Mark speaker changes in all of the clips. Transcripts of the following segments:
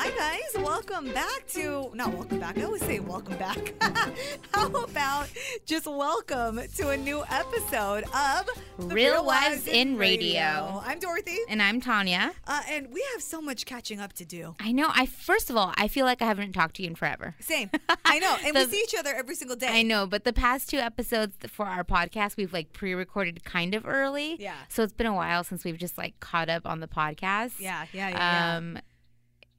Speaker 1: Hi guys, welcome back to not welcome back. I always say welcome back. How about just welcome to a new episode of The
Speaker 2: Real Wives in Radio.
Speaker 1: I'm Dorothy,
Speaker 2: And I'm Tanya.
Speaker 1: uh, and we have so much catching up to do.
Speaker 2: I know. I first of all, I feel like I haven't talked to you in forever.
Speaker 1: Same, I know, and we
Speaker 2: The-
Speaker 1: see each other every single day.
Speaker 2: I know, but the past two episodes for our podcast, we've like pre-recorded kind of early.
Speaker 1: Yeah.
Speaker 2: So it's been a while since we've just like caught up on the podcast.
Speaker 1: Yeah, yeah, yeah. yeah.
Speaker 2: Um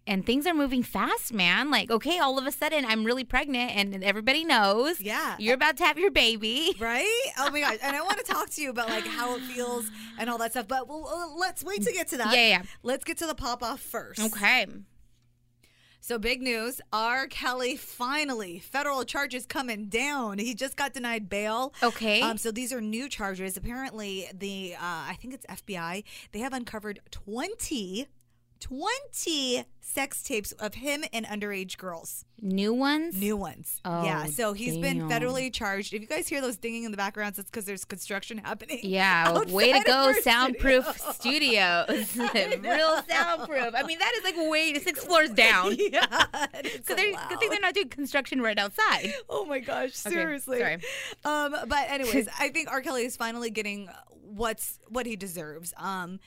Speaker 2: and things are moving fast, man. Like, okay, all of a sudden I'm really pregnant and everybody knows.
Speaker 1: Yeah.
Speaker 2: You're about to have your baby.
Speaker 1: Right? Oh my gosh! And I want to talk to you about like how it feels and all that stuff. But well, uh, let's wait to get to that.
Speaker 2: Yeah, yeah.
Speaker 1: Let's get to the pop off first.
Speaker 2: Okay.
Speaker 1: Um, So big news, R. Kelly finally federal charges coming down. He just got denied bail.
Speaker 2: Okay.
Speaker 1: Um, so these are new charges. Apparently, the uh, I think it's FBI. They have uncovered 20, 20 sex tapes of him and underage girls.
Speaker 2: New ones?
Speaker 1: New ones.
Speaker 2: Oh,
Speaker 1: yeah. So he's been
Speaker 2: damn.
Speaker 1: federally charged. If you guys hear those dinging in the backgrounds, it's because there's construction happening.
Speaker 2: Yeah, well, way to
Speaker 1: outside of
Speaker 2: go,
Speaker 1: our
Speaker 2: soundproof
Speaker 1: studio.
Speaker 2: studios. Real soundproof. I mean, that is like way six floors down.
Speaker 1: yeah. and it's
Speaker 2: So they're
Speaker 1: loud.
Speaker 2: good thing they're not doing construction right outside.
Speaker 1: Oh my gosh,
Speaker 2: Okay,
Speaker 1: seriously.
Speaker 2: sorry.
Speaker 1: Um, but anyways, I think R. Kelly is finally getting what's what he deserves. Um,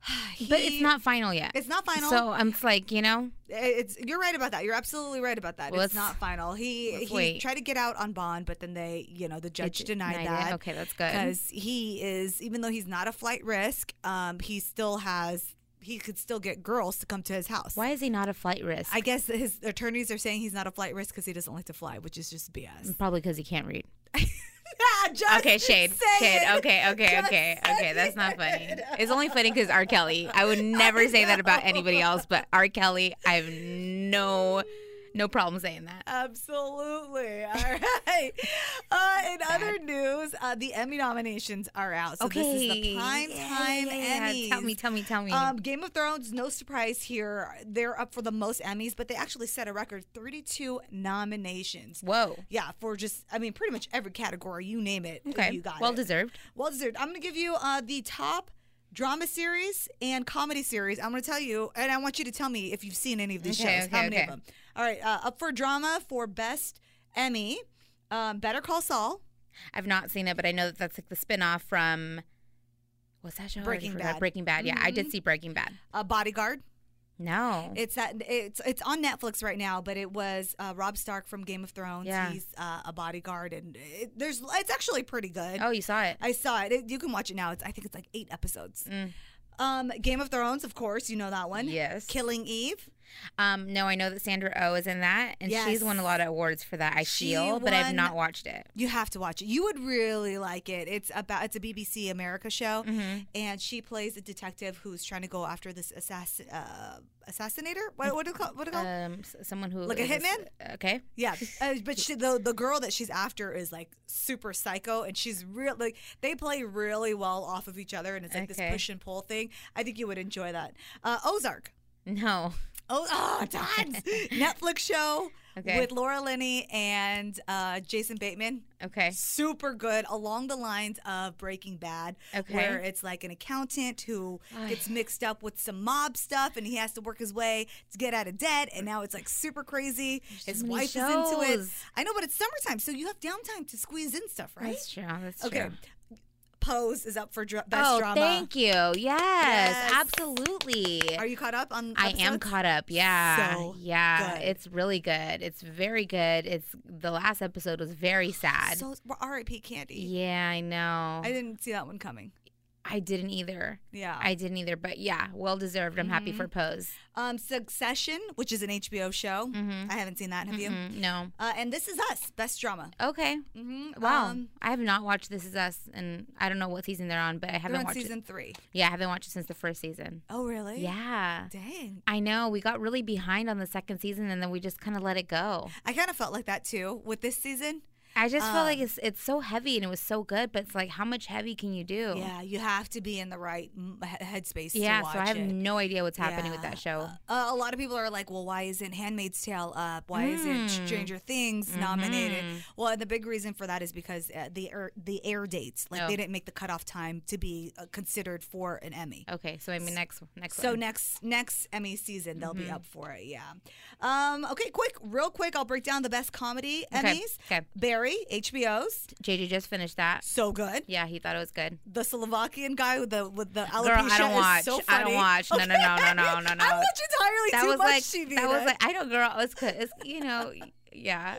Speaker 2: But
Speaker 1: he-
Speaker 2: it's not final yet.
Speaker 1: It's not final.
Speaker 2: So I'm just like, you know,
Speaker 1: It's you're right about that. You're absolutely right about that.
Speaker 2: Well,
Speaker 1: it's
Speaker 2: let's-
Speaker 1: not final. He
Speaker 2: let's
Speaker 1: he
Speaker 2: wait.
Speaker 1: tried to get out on bond, but then they, you know, the judge
Speaker 2: d-
Speaker 1: denied,
Speaker 2: denied it.
Speaker 1: that.
Speaker 2: Okay, that's good.
Speaker 1: Because he is, even though he's not a flight risk, um, he still has. He could still get girls to come to his house.
Speaker 2: why is he not a flight risk?
Speaker 1: I guess his attorneys are saying he's not a flight risk because he doesn't like to fly, which is just BS.
Speaker 2: Mm, Probably because he can't read.
Speaker 1: Just
Speaker 2: Okay, shade,
Speaker 1: say
Speaker 2: shade.
Speaker 1: it.
Speaker 2: Okay, okay,
Speaker 1: Just
Speaker 2: okay,
Speaker 1: say
Speaker 2: okay. That's not funny.
Speaker 1: it.
Speaker 2: It's only funny because R. Kelly. I would never say that about anybody else, but R. Kelly, I have no, no problem saying that.
Speaker 1: Absolutely. All right. Uh, in other news, uh, the Emmy nominations are out. So this is the prime
Speaker 2: Yeah,
Speaker 1: time
Speaker 2: yeah, yeah,
Speaker 1: Emmys.
Speaker 2: yeah. Tell me, tell me, tell me.
Speaker 1: Um, Game of Thrones, no surprise here. They're up for the most Emmys, but they actually set a record 32 nominations.
Speaker 2: Whoa.
Speaker 1: Yeah, for just, I mean, pretty much every category, you name it.
Speaker 2: Okay.
Speaker 1: You got
Speaker 2: well
Speaker 1: it.
Speaker 2: deserved.
Speaker 1: Well deserved. I'm going to give you uh, the top drama series and comedy series. I'm going to tell you, and I want you to tell me if you've seen any of these
Speaker 2: Okay,
Speaker 1: shows. how
Speaker 2: okay,
Speaker 1: many of
Speaker 2: okay.
Speaker 1: them? All right. Uh, up for drama for best Emmy, um, Better Call Saul,
Speaker 2: I've not seen it, but I know that that's like the spinoff from what's that show? I already
Speaker 1: Breaking
Speaker 2: forgot.
Speaker 1: Bad.
Speaker 2: Breaking Bad. Yeah, I did see Breaking Bad.
Speaker 1: uh, Bodyguard.
Speaker 2: No.
Speaker 1: It's that it's it's on Netflix right now, but it was uh, Rob Stark from Game of Thrones.
Speaker 2: Yeah.
Speaker 1: He's uh, a bodyguard, and it, there's it's actually pretty good.
Speaker 2: oh, you saw it. Mm.
Speaker 1: I saw it. it. You can watch it now. It's I think it's like eight episodes. Um, Game of Thrones, of course, you know that one.
Speaker 2: Yes.
Speaker 1: Killing Eve.
Speaker 2: Um, no, I know that Sandra Oh is in that, and
Speaker 1: Yes.
Speaker 2: she's won a lot of awards for that. I
Speaker 1: She
Speaker 2: feel, but I've
Speaker 1: won-
Speaker 2: not watched it.
Speaker 1: You have to watch it. You would really like it. It's about it's a BBC America show,
Speaker 2: Mm-hmm.
Speaker 1: and she plays a detective who's trying to go after this assassin uh, assassinator. What what do you call what do you call?
Speaker 2: Um, s- someone who
Speaker 1: Like a
Speaker 2: is-
Speaker 1: hitman?
Speaker 2: Okay.
Speaker 1: yeah, uh, but she, the the girl that she's after is like super psycho, and she's real. Like they play really well off of each other, and it's like
Speaker 2: Okay.
Speaker 1: this push and pull thing. I think you would enjoy that. Uh, Ozark.
Speaker 2: No.
Speaker 1: Oh, oh tons. Netflix show
Speaker 2: Okay.
Speaker 1: with Laura Linney and uh, Jason Bateman.
Speaker 2: Okay.
Speaker 1: super good along the lines of Breaking Bad,
Speaker 2: Okay.
Speaker 1: where it's like an accountant who gets mixed up with some mob stuff and he has to work his way to get out of debt. And now it's like super crazy. his
Speaker 2: many
Speaker 1: wife is into it.
Speaker 2: shows.
Speaker 1: I know, but it's summertime, so you have downtime to squeeze in stuff, right?
Speaker 2: That's true. That's
Speaker 1: okay.
Speaker 2: true.
Speaker 1: Pose is up for dra- best
Speaker 2: oh,
Speaker 1: drama.
Speaker 2: thank you. Yes,
Speaker 1: Yes.
Speaker 2: absolutely.
Speaker 1: Are you caught up on?
Speaker 2: I am
Speaker 1: episodes?
Speaker 2: caught up. Yeah.
Speaker 1: So
Speaker 2: yeah.
Speaker 1: good.
Speaker 2: It's really good. It's very good. It's the last episode was very sad.
Speaker 1: So well, R.I.P. Candy.
Speaker 2: yeah, I know.
Speaker 1: I didn't see that one coming.
Speaker 2: I, I didn't either.
Speaker 1: Yeah.
Speaker 2: I didn't either. But yeah, well deserved. I'm
Speaker 1: Mm-hmm.
Speaker 2: happy for Pose.
Speaker 1: um, Succession, which is an HBO show.
Speaker 2: Mm-hmm.
Speaker 1: I haven't seen that. Have you?
Speaker 2: Mm, no.
Speaker 1: Uh, and This Is Us, best drama.
Speaker 2: Okay.
Speaker 1: Mm-hmm.
Speaker 2: Wow. I have not watched This Is Us, and I don't know what season they're on, but I
Speaker 1: they're
Speaker 2: haven't
Speaker 1: on
Speaker 2: watched
Speaker 1: season
Speaker 2: it.
Speaker 1: three.
Speaker 2: Yeah, I haven't watched it since the first season.
Speaker 1: Oh, really?
Speaker 2: Yeah.
Speaker 1: Dang.
Speaker 2: I know. We got really behind on the second season, and then we just kind of let it go.
Speaker 1: I kind of felt like that too with this season.
Speaker 2: I just feel
Speaker 1: Um,
Speaker 2: like it's it's so heavy, and it was so good, but it's like, how much heavy can you do?
Speaker 1: Yeah, you have to be in the right mm, he- headspace.
Speaker 2: Yeah,
Speaker 1: to watch
Speaker 2: so I have
Speaker 1: it.
Speaker 2: no idea what's happening with
Speaker 1: Yeah.
Speaker 2: that show.
Speaker 1: Uh, a lot of people are like, well, why isn't Handmaid's Tale up? Why
Speaker 2: Hmm.
Speaker 1: isn't Stranger Things
Speaker 2: Mm-hmm.
Speaker 1: nominated? Well, and the big reason for that is because uh, the air, the air dates, like
Speaker 2: Oh.
Speaker 1: they didn't make the cutoff time to be uh, considered for an Emmy.
Speaker 2: Okay, so I mean next next
Speaker 1: So
Speaker 2: one.
Speaker 1: next next Emmy season they'll
Speaker 2: Mm-hmm.
Speaker 1: be up for it, yeah. Um, okay, quick, real quick, I'll break down the best comedy
Speaker 2: Okay,
Speaker 1: Emmys.
Speaker 2: okay.
Speaker 1: Barry, HBO's,
Speaker 2: JJ just finished that.
Speaker 1: so good.
Speaker 2: Yeah, he thought it was good.
Speaker 1: The Slovakian guy with the with the alopecia
Speaker 2: Girl, I don't
Speaker 1: is
Speaker 2: watch.
Speaker 1: so
Speaker 2: I
Speaker 1: funny.
Speaker 2: don't watch. No, no, no, no, no, no, no.
Speaker 1: I watch entirely
Speaker 2: That
Speaker 1: too
Speaker 2: was
Speaker 1: much
Speaker 2: like
Speaker 1: TV.
Speaker 2: that was like I know, girl. It's good. It's you know, yeah.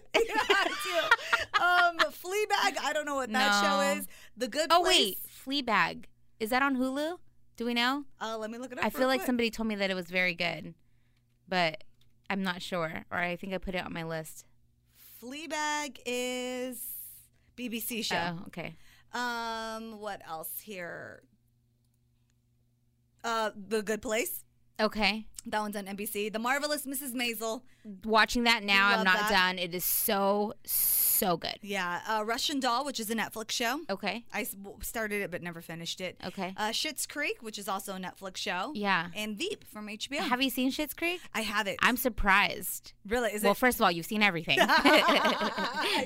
Speaker 1: um, Fleabag. I don't know what that show
Speaker 2: No.
Speaker 1: is. The Good
Speaker 2: oh
Speaker 1: Place.
Speaker 2: wait, Fleabag. Is that on Hulu? Do we know?
Speaker 1: Uh, let me look it up.
Speaker 2: I
Speaker 1: real
Speaker 2: feel like
Speaker 1: quick.
Speaker 2: somebody told me that it was very good, but I'm not sure. Or I think I put it on my list.
Speaker 1: Fleabag is BBC show.
Speaker 2: Oh, okay.
Speaker 1: Um, what else here? Uh, The Good Place.
Speaker 2: Okay.
Speaker 1: That one's on NBC. The Marvelous Mrs. Maisel.
Speaker 2: Watching that now,
Speaker 1: Love
Speaker 2: I'm not
Speaker 1: that.
Speaker 2: done. It is so so good.
Speaker 1: Yeah. Uh, Russian Doll, which is a Netflix show.
Speaker 2: Okay.
Speaker 1: I s- w- started it but never finished it.
Speaker 2: Oh. Okay.
Speaker 1: Uh, Schitt's Creek, which is also a Netflix show.
Speaker 2: Yeah.
Speaker 1: And Veep from HBO.
Speaker 2: Have you seen Shit's Creek?
Speaker 1: I have it.
Speaker 2: I'm surprised.
Speaker 1: really is
Speaker 2: well,
Speaker 1: it?
Speaker 2: first of all, you've seen everything.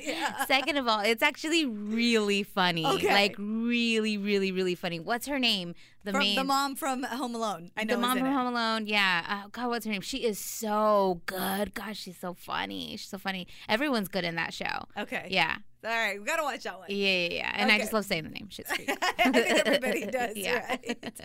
Speaker 1: Yeah.
Speaker 2: Second of all, it's actually really funny.
Speaker 1: Okay.
Speaker 2: Like really, really, really funny. What's her name? The
Speaker 1: from
Speaker 2: main
Speaker 1: the mom from Home Alone. I know
Speaker 2: the mom
Speaker 1: is in
Speaker 2: from
Speaker 1: it.
Speaker 2: Home Alone. Yeah. Oh, God, what's her name? She is so good. Gosh, she's so funny. She's so funny. Everyone's good in that show.
Speaker 1: Okay.
Speaker 2: Yeah.
Speaker 1: All right, we gotta watch that one.
Speaker 2: Yeah, yeah, yeah. And I
Speaker 1: Okay.
Speaker 2: just love saying the name. Shit's Creek.
Speaker 1: I think everybody does,
Speaker 2: Yeah.
Speaker 1: right?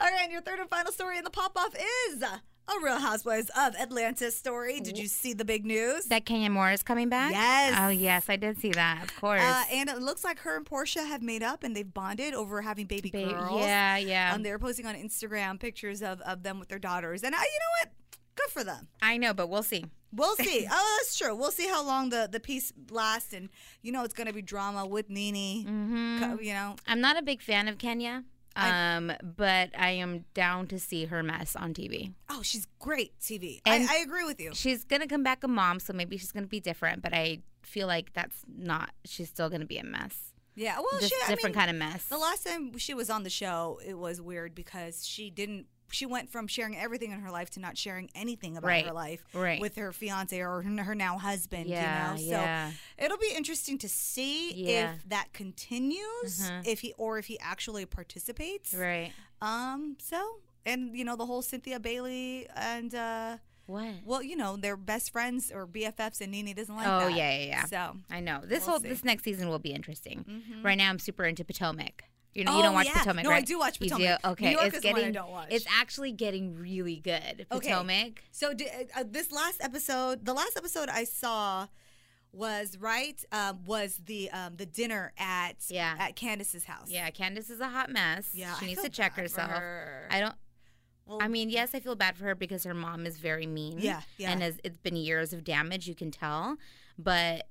Speaker 1: All right, and your third and final story in the pop off is a Real Housewives of Atlanta story. Did you see the big news?
Speaker 2: that Kenya Moore is coming back?
Speaker 1: Yes.
Speaker 2: Oh, yes. I did see that. Of course.
Speaker 1: Uh, and it looks like her and Portia have made up and they've bonded over having baby
Speaker 2: Ba-
Speaker 1: girls.
Speaker 2: Yeah, yeah.
Speaker 1: Um, they're posting on Instagram pictures of, of them with their daughters. And I, you know what? Good for them.
Speaker 2: I know, but we'll see.
Speaker 1: We'll see. oh, that's true. We'll see how long the, the piece lasts. And, you know, it's going to be drama with Nene.
Speaker 2: Mm-hmm.
Speaker 1: Co- You know,
Speaker 2: I'm not a big fan of Kenya, um, but I am down to see her mess on TV.
Speaker 1: oh, she's great TV.
Speaker 2: And-
Speaker 1: I, I agree with you.
Speaker 2: She's gonna come back a mom, so maybe she's gonna be different. But I feel like that's not. She's still gonna be a mess.
Speaker 1: Yeah. Well,
Speaker 2: Just
Speaker 1: she,
Speaker 2: a
Speaker 1: I
Speaker 2: different
Speaker 1: mean,
Speaker 2: kind of mess.
Speaker 1: The last time she was on the show, it was weird because she didn't. She went from sharing everything in her life to not sharing anything about
Speaker 2: Right,
Speaker 1: her life
Speaker 2: right.
Speaker 1: with her fiance or her, her now husband.
Speaker 2: Yeah,
Speaker 1: you know, so
Speaker 2: yeah.
Speaker 1: it'll be interesting to see
Speaker 2: Yeah. Uh-huh.
Speaker 1: if that continues, if he or if he actually participates.
Speaker 2: right.
Speaker 1: Um. So, and you know, the whole Cynthia Bailey and uh,
Speaker 2: What?
Speaker 1: well, you know, they're best friends or BFFs, and Nene doesn't like
Speaker 2: Oh,
Speaker 1: that.
Speaker 2: yeah, yeah, yeah.
Speaker 1: So
Speaker 2: I know this
Speaker 1: We'll
Speaker 2: whole
Speaker 1: see. Mm-hmm.
Speaker 2: this next season will be interesting. Right now, I'm super into Potomac. You know, you
Speaker 1: Oh,
Speaker 2: don't watch
Speaker 1: yeah.
Speaker 2: Potomac,
Speaker 1: No, I
Speaker 2: right?
Speaker 1: do watch
Speaker 2: You
Speaker 1: Potomac. New
Speaker 2: Okay,
Speaker 1: York
Speaker 2: it's
Speaker 1: is one I
Speaker 2: getting.
Speaker 1: don't watch.
Speaker 2: It's actually getting really good.
Speaker 1: Okay.
Speaker 2: Potomac.
Speaker 1: So di- uh, this last episode, the last episode I saw was right um, was the um, the dinner at
Speaker 2: Yeah.
Speaker 1: at Candace's house.
Speaker 2: Yeah, Candace is a hot mess.
Speaker 1: Yeah,
Speaker 2: she
Speaker 1: I
Speaker 2: needs
Speaker 1: feel
Speaker 2: to check
Speaker 1: bad for
Speaker 2: herself.
Speaker 1: her.
Speaker 2: I don't.
Speaker 1: Well,
Speaker 2: I mean, yes, I feel bad for her because her mom is very mean.
Speaker 1: Yeah, yeah.
Speaker 2: And as, it's been years of damage, you can tell. But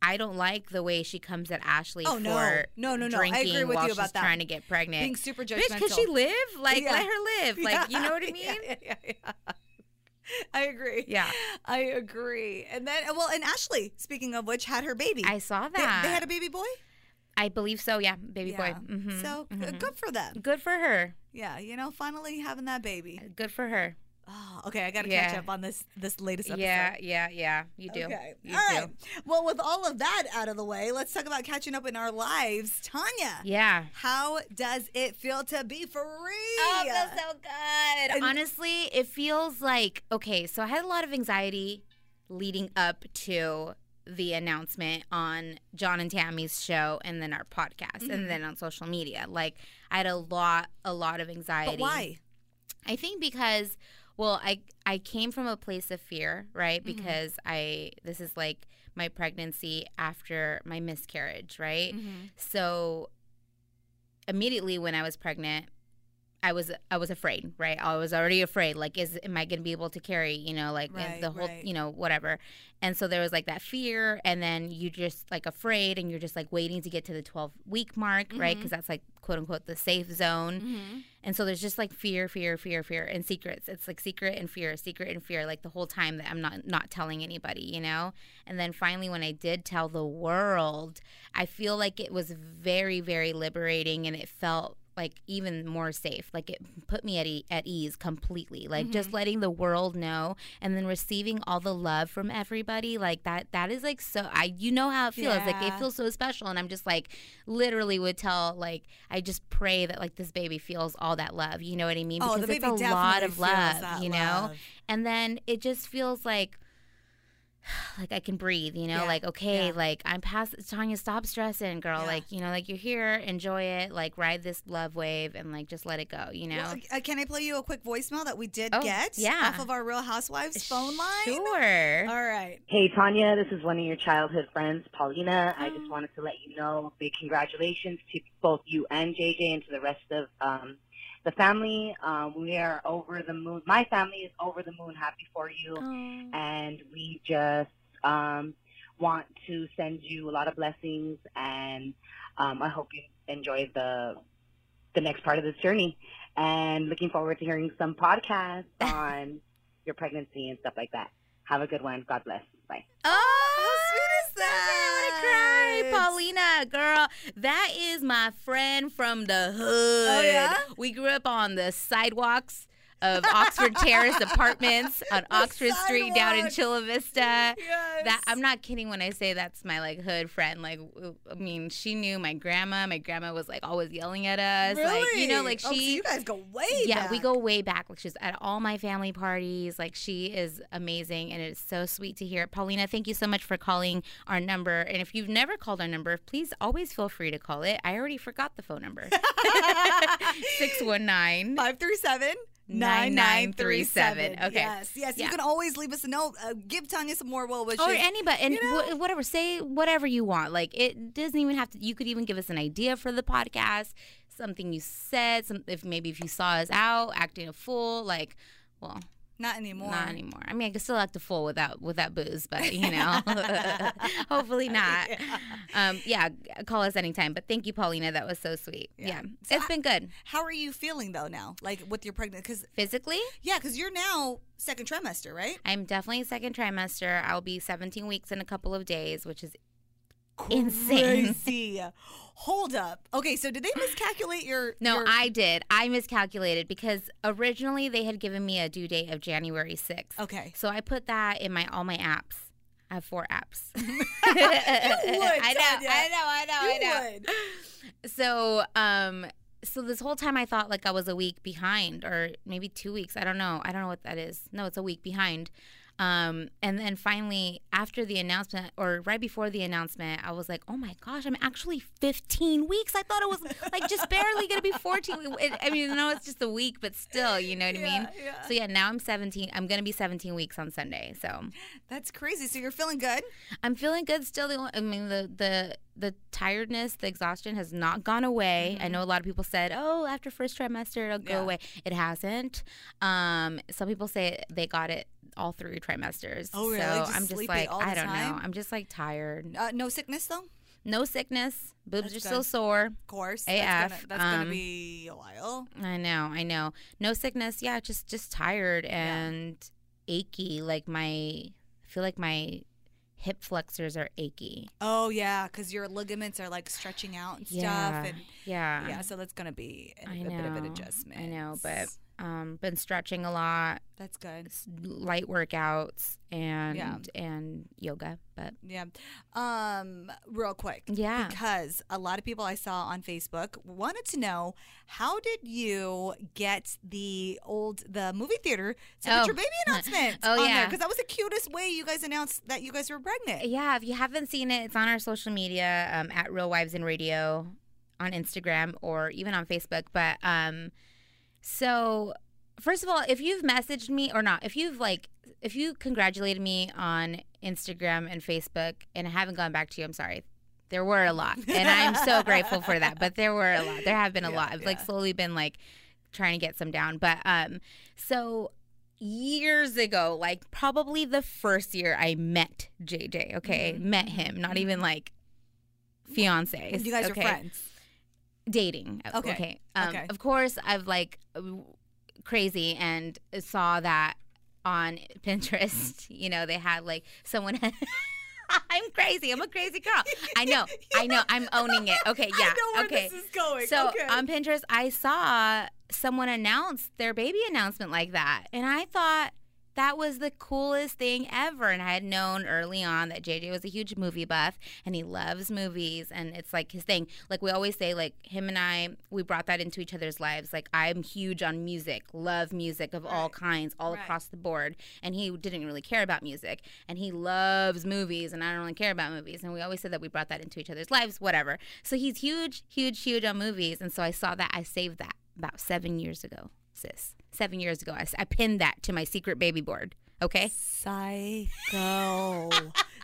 Speaker 2: I don't like the way she comes at Ashley
Speaker 1: Oh,
Speaker 2: for
Speaker 1: no. No, no, no. I agree
Speaker 2: drinking
Speaker 1: with
Speaker 2: while
Speaker 1: you about
Speaker 2: she's
Speaker 1: that.
Speaker 2: trying to get pregnant.
Speaker 1: Being super
Speaker 2: Bitch, could she
Speaker 1: judgmental.
Speaker 2: live? Like,
Speaker 1: Yeah.
Speaker 2: let her live. Like, you know what I mean?
Speaker 1: Yeah, yeah, yeah, yeah. I agree.
Speaker 2: Yeah.
Speaker 1: I agree. And then uh, well, and Ashley, speaking of which, had her baby.
Speaker 2: I saw
Speaker 1: They-
Speaker 2: that.
Speaker 1: They, had a baby boy.
Speaker 2: I believe so. Yeah, baby
Speaker 1: yeah.
Speaker 2: boy. hmm
Speaker 1: So g- good for them.
Speaker 2: good for her.
Speaker 1: Yeah, you know, finally having that baby.
Speaker 2: Good for her.
Speaker 1: Oh, okay, I got to catch
Speaker 2: Yeah.
Speaker 1: up on this this latest episode.
Speaker 2: Yeah, yeah, yeah. You do.
Speaker 1: Okay.
Speaker 2: You
Speaker 1: all
Speaker 2: do.
Speaker 1: right. Well, with all of that out of the way, let's talk about catching up in our lives. Tanya,
Speaker 2: Yeah.
Speaker 1: how does it feel to be free?
Speaker 2: Oh, it feels so good. Honestly, it feels like okay. So I had a lot of anxiety leading up to the announcement on John and Tammy's show, and then our podcast,
Speaker 1: Mm-hmm.
Speaker 2: and then on social media. Like I had a lot, a lot of anxiety.
Speaker 1: but why?
Speaker 2: I think because well, I I came from a place of fear, right?
Speaker 1: Mm-hmm.
Speaker 2: Because I this is like my
Speaker 1: Mm.
Speaker 2: Mm-hmm, pregnancy after my miscarriage, right? So immediately when I was pregnant, I was I was afraid, right? I was already afraid. Like, is am I going to be able to carry? You know, like is
Speaker 1: Right,
Speaker 2: the whole,
Speaker 1: right.
Speaker 2: you know, whatever. And so there was like that fear, and then you just like afraid, and you're just like waiting to get to the 12 week mark, right?
Speaker 1: Mm-hmm.
Speaker 2: Because that's like quote unquote the safe zone. And so there's just like fear, fear, fear, fear, and secrets. It's like secret and fear, secret and fear, like the whole time that I'm not not telling anybody, you know. And then finally, when I did tell the world, I feel like it was very, very liberating, and it felt like even more safe. Like it put me at e- at ease completely. Like
Speaker 1: Mm-hmm.
Speaker 2: just letting the world know, and then receiving all the love from everybody, like that. That is like so. I you know how it feels. Like it
Speaker 1: Yeah.
Speaker 2: feels so special, and I'm just like literally would tell like I just pray that like this baby feels all that love. You know what I mean?
Speaker 1: Oh, the baby
Speaker 2: it's a
Speaker 1: definitely
Speaker 2: lot of
Speaker 1: feels
Speaker 2: love,
Speaker 1: that
Speaker 2: you know.
Speaker 1: love.
Speaker 2: And then it just feels like like I can breathe, you know,
Speaker 1: Yeah,
Speaker 2: like okay,
Speaker 1: yeah.
Speaker 2: like I'm past Tanya, stop stressing, girl.
Speaker 1: Yeah.
Speaker 2: Like, you know, like you're here, enjoy it, like ride this love wave and like just let it go, you know?
Speaker 1: Well, uh, can I play you a quick voicemail that we did
Speaker 2: Oh,
Speaker 1: get
Speaker 2: yeah.
Speaker 1: off of our Real Housewives phone line?
Speaker 2: Sure.
Speaker 1: All right.
Speaker 3: Hey, Tanya, this is one of your childhood friends, Paulina. I just wanted to let you know big congratulations to both you and JJ and to the rest of um, the family. Um, we are over the moon. My family is over the moon happy for you.
Speaker 2: Oh. Aw.
Speaker 3: And we just um, want to send you a lot of blessings. And um, I hope you enjoy the, the next part of this journey. And looking forward to hearing some podcasts on your pregnancy and stuff like that. Have a good one. God bless. Bye.
Speaker 2: Oh,
Speaker 1: How sweet is
Speaker 2: I
Speaker 1: that?
Speaker 2: wanna cry, Paulina, girl. That is my friend from the hood.
Speaker 1: Oh, yeah?
Speaker 2: We grew up on the sidewalks of Oxford Terrace apartments on
Speaker 1: The
Speaker 2: Oxford Street down in
Speaker 1: sidewalks.
Speaker 2: Chula Vista.
Speaker 1: Yes.
Speaker 2: uh, That I'm not kidding when I say that's my like hood friend. Like, w- I mean, she knew my grandma. My grandma was like always yelling at us.
Speaker 1: really?
Speaker 2: Like, you know, like she
Speaker 1: Oh, so you guys go way
Speaker 2: yeah,
Speaker 1: back.
Speaker 2: we go way back. Like she's at all my family parties. Like she is amazing, and it is so sweet to hear. Paulina, thank you so much for calling our number. And if you've never called our number, please always feel free to call it. I already forgot the phone number. 619
Speaker 1: 537 9937.
Speaker 2: 9937. Okay.
Speaker 1: Yes, yes. You
Speaker 2: Yeah.
Speaker 1: can always leave us a note. Uh, give Tanya some more well wishes.
Speaker 2: or anybody and
Speaker 1: you know?
Speaker 2: wh- whatever say whatever you want like it doesn't even have to you could even give us an idea for the podcast something you said some if maybe if you saw us out acting a fool like well
Speaker 1: Not anymore.
Speaker 2: Not anymore. I mean, I can still act a fool without without booze, but you know, hopefully not.
Speaker 1: Yeah.
Speaker 2: Um, yeah, g- call us anytime. But thank you, Paulina. That was so sweet.
Speaker 1: Yeah.
Speaker 2: Yeah, it's
Speaker 1: So I-
Speaker 2: been good
Speaker 1: How are you feeling though now? Like with your pregnant? Because
Speaker 2: physically.
Speaker 1: yeah, because you're now second trimester, right?
Speaker 2: I'm definitely second trimester. I'll be 17 weeks in a couple of days, which is Insane.
Speaker 1: Crazy. Hold up. Okay, so did they miscalculate your?
Speaker 2: no,
Speaker 1: your-
Speaker 2: I did. I miscalculated because originally they had given me a due date of January 6th.
Speaker 1: Okay.
Speaker 2: So I put that in my all my apps. I have four apps. I
Speaker 1: Tanya.
Speaker 2: know. I know. I know. I
Speaker 1: You
Speaker 2: know.
Speaker 1: would.
Speaker 2: So, um, so this whole time I thought like I was a week behind, or maybe two weeks. I don't know. I don't know what that is. No, it's a week behind. Um, and then finally, after the announcement, or right before the announcement, I was like, "Oh my gosh, I'm actually 15 weeks." I thought it was like just barely gonna be 14. It- I mean, no, it's just a week, but still, you know what I mean?
Speaker 1: Yeah, yeah.
Speaker 2: So yeah, now I'm 17. I'm gonna be 17 weeks on Sunday. So
Speaker 1: That's crazy. So you're feeling good?
Speaker 2: I'm feeling good still. The only, I mean, the the the tiredness, the exhaustion has not gone away. I know a lot of people said, "Oh, after first trimester, it'll go
Speaker 1: Mm-hmm. Yeah.
Speaker 2: away." It hasn't. Um, some people say they got it all through trimesters.
Speaker 1: Oh, really?
Speaker 2: So
Speaker 1: Just
Speaker 2: I'm just
Speaker 1: sleepy
Speaker 2: like,
Speaker 1: all
Speaker 2: I
Speaker 1: the
Speaker 2: don't know.
Speaker 1: time?
Speaker 2: I'm just like tired.
Speaker 1: Uh, no sickness though. Of
Speaker 2: No sickness. Boobs
Speaker 1: That's
Speaker 2: are still
Speaker 1: good.
Speaker 2: sore.
Speaker 1: course.
Speaker 2: AF,
Speaker 1: That's, gonna, that's gonna
Speaker 2: um,
Speaker 1: be a while.
Speaker 2: I know. I know. No sickness. Yeah, just just tired
Speaker 1: Yeah.
Speaker 2: and achy. Like my, I feel like my hip flexors are achy.
Speaker 1: Oh yeah, because your ligaments are like stretching out and
Speaker 2: Yeah.
Speaker 1: stuff, and
Speaker 2: yeah.
Speaker 1: yeah, so that's gonna be a,
Speaker 2: I
Speaker 1: a bit of an
Speaker 2: know,
Speaker 1: adjustment.
Speaker 2: I know, but um, been stretching a lot,
Speaker 1: that's good.
Speaker 2: s- light workouts, and and yoga. But
Speaker 1: Yeah. Um, real quick.
Speaker 2: Yeah.
Speaker 1: Because a lot of people I saw on Facebook wanted to know how did you get the old the movie theater to put
Speaker 2: Oh.
Speaker 1: your baby announcement
Speaker 2: Oh,
Speaker 1: on
Speaker 2: yeah.
Speaker 1: Because that was the cutest way you guys announced that you guys were pregnant.
Speaker 2: yeah, if you haven't seen it, it's on our social media um, at Real Wives and Radio on Instagram or even on Facebook. But um, so first of all, if you've messaged me or not, if you've like if you congratulated me on Instagram and Facebook and I haven't gone back to you, I'm sorry. There were a lot, and I'm so grateful for that. But there were a lot. There have been a
Speaker 1: Yeah,
Speaker 2: lot. I've like
Speaker 1: yeah.
Speaker 2: slowly been like trying to get some down. But um, so years ago, like probably the first year I met JJ. Okay,
Speaker 1: Mhm.
Speaker 2: met him. Not even like fiance.
Speaker 1: You guys
Speaker 2: okay?
Speaker 1: are friends.
Speaker 2: dating.
Speaker 1: Okay.
Speaker 2: Okay. Um,
Speaker 1: Okay.
Speaker 2: Of course, I've like w- crazy and saw that on Pinterest. You know, they had like someone. I'm crazy. I'm a crazy girl. I know. I know. I'm owning it. Okay. Yeah.
Speaker 1: I know where
Speaker 2: okay.
Speaker 1: this is going.
Speaker 2: So um,
Speaker 1: okay.
Speaker 2: on Pinterest, I saw someone announce their baby announcement like that, and I thought that was the coolest thing ever. And I had known early on that JJ was a huge movie buff, and he loves movies, and it's like his thing. Like we always say, like him and I, we brought that into each other's lives. Like I'm huge on music, love music of all
Speaker 1: Right.
Speaker 2: kinds, all
Speaker 1: Right.
Speaker 2: across the board, and he didn't really care about music, and he loves movies, and I don't really care about movies. And we always said that we brought that into each other's lives, whatever. So he's huge, huge, huge on movies. And so I saw that. I saved that about seven years ago, sis. Seven years ago. I, s- I pinned that to my secret baby board. Okay.
Speaker 1: Psycho.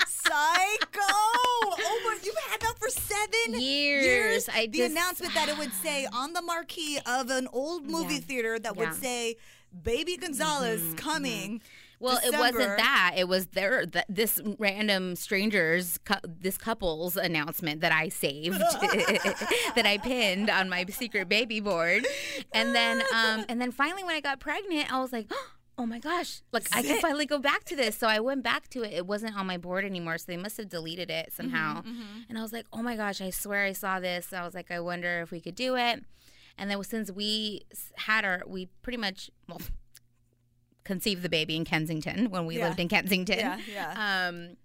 Speaker 1: Psycho. Oh my, you've had that for seven
Speaker 2: Years. I
Speaker 1: the
Speaker 2: just-
Speaker 1: announcement that it would say on the marquee of an old movie
Speaker 2: Yeah.
Speaker 1: theater that would
Speaker 2: Yeah. Mm-hmm.
Speaker 1: say Baby Gonzalez coming.
Speaker 2: Well, it wasn't
Speaker 1: December.
Speaker 2: that. It was their th- this random strangers, cou- this couple's announcement that I saved, that I pinned on my secret baby board, and then um, and then finally when I got pregnant, I was like. Oh my gosh! Like I can finally go back to this, so I went back to it. It wasn't on my board anymore, so they must have deleted it
Speaker 1: Mm-hmm.
Speaker 2: somehow. And I was like, "Oh my gosh! I swear I saw this." I was like, "I wonder if we could do it." And then since we s- had our, we pretty much well, conceived the baby in Kensington when we
Speaker 1: Yeah.
Speaker 2: lived in Kensington.
Speaker 1: Yeah, yeah.
Speaker 2: Um,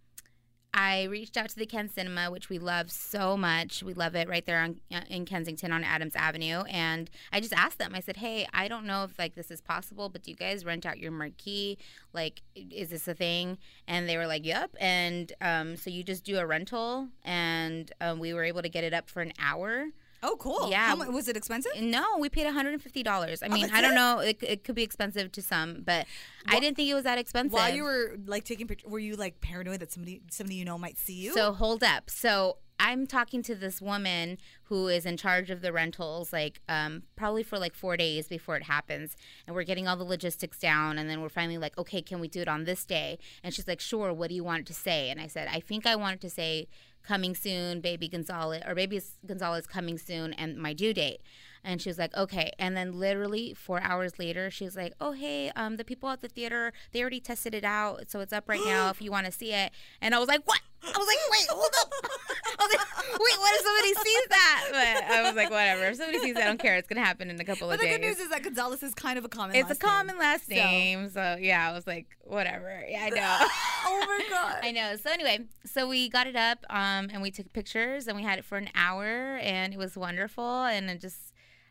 Speaker 2: I reached out to the Ken Cinema, which we love so much. We love it right there on uh, in Kensington on Adams Avenue. And I just asked them. I said, "Hey, I don't know if like this is possible, but do you guys rent out your marquee? Like, i- is this a thing?" And they were like, "Yep." And um, so you just do a rental, and um, we were able to get it up for an hour.
Speaker 1: Oh, cool.
Speaker 2: Yeah.
Speaker 1: How much, was it expensive?
Speaker 2: No, we paid $150. I mean,
Speaker 1: Oh, that's
Speaker 2: I don't
Speaker 1: it?
Speaker 2: know. It, it could be expensive to some, but I didn't think it was that expensive.
Speaker 1: While you were like taking pictures, were you like paranoid that somebody somebody you know might see you?
Speaker 2: So hold up. So I'm talking to this woman who is in charge of the rentals, like um, probably for like four days before it happens, and we're getting all the logistics down, and then we're finally like, okay, can we do it on this day? And she's like, sure. What do you want it to say? And I said, I think I want it to say coming soon, baby Gonzalez, or baby Gonzalez coming soon, and my due date. And she was like, okay. And then literally four hours later, she was like, oh, hey, um, the people at the theater, they already tested it out. So it's up right now if you want to see it. And I was like, what? I was like, wait, hold up. I was like, wait, what if somebody sees that? But I was like, whatever. If somebody sees that, I don't care. It's going to happen in a couple
Speaker 1: but
Speaker 2: of
Speaker 1: the
Speaker 2: days.
Speaker 1: good news is that Gonzalez is kind of a common.
Speaker 2: it's a
Speaker 1: last name.
Speaker 2: common last
Speaker 1: So-
Speaker 2: name. So yeah, I was like, whatever. Yeah, I know.
Speaker 1: oh my god.
Speaker 2: I know. So anyway, so we got it up, um, and we took pictures, and we had it for an hour, and it was wonderful, and it just.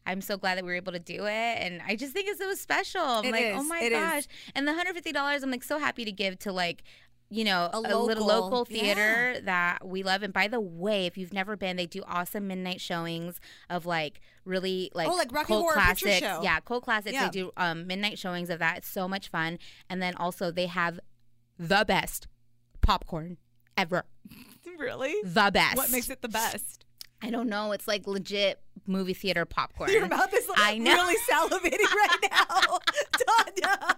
Speaker 2: I'm so glad that we were able to do it, and I just think it's so special. I'm
Speaker 1: It
Speaker 2: like,
Speaker 1: is.
Speaker 2: oh my
Speaker 1: It is.
Speaker 2: gosh! And the 150 dollars, I'm like so happy to give to like, you know,
Speaker 1: A
Speaker 2: a,
Speaker 1: local.
Speaker 2: little local theater that we love. And by the way, if you've never been, they do awesome midnight showings of like really like
Speaker 1: Oh, like Rocky
Speaker 2: cult
Speaker 1: Horror Picture
Speaker 2: classics.
Speaker 1: Show.
Speaker 2: Yeah, cold classics.
Speaker 1: Yeah.
Speaker 2: They do um, midnight showings of that. It's so much fun, and then also they have the best popcorn ever.
Speaker 1: Really?
Speaker 2: The best.
Speaker 1: What makes it the best?
Speaker 2: I don't know. It's like legit movie theater popcorn.
Speaker 1: Your mouth is like
Speaker 2: I know.
Speaker 1: really salivating right now, Tanya.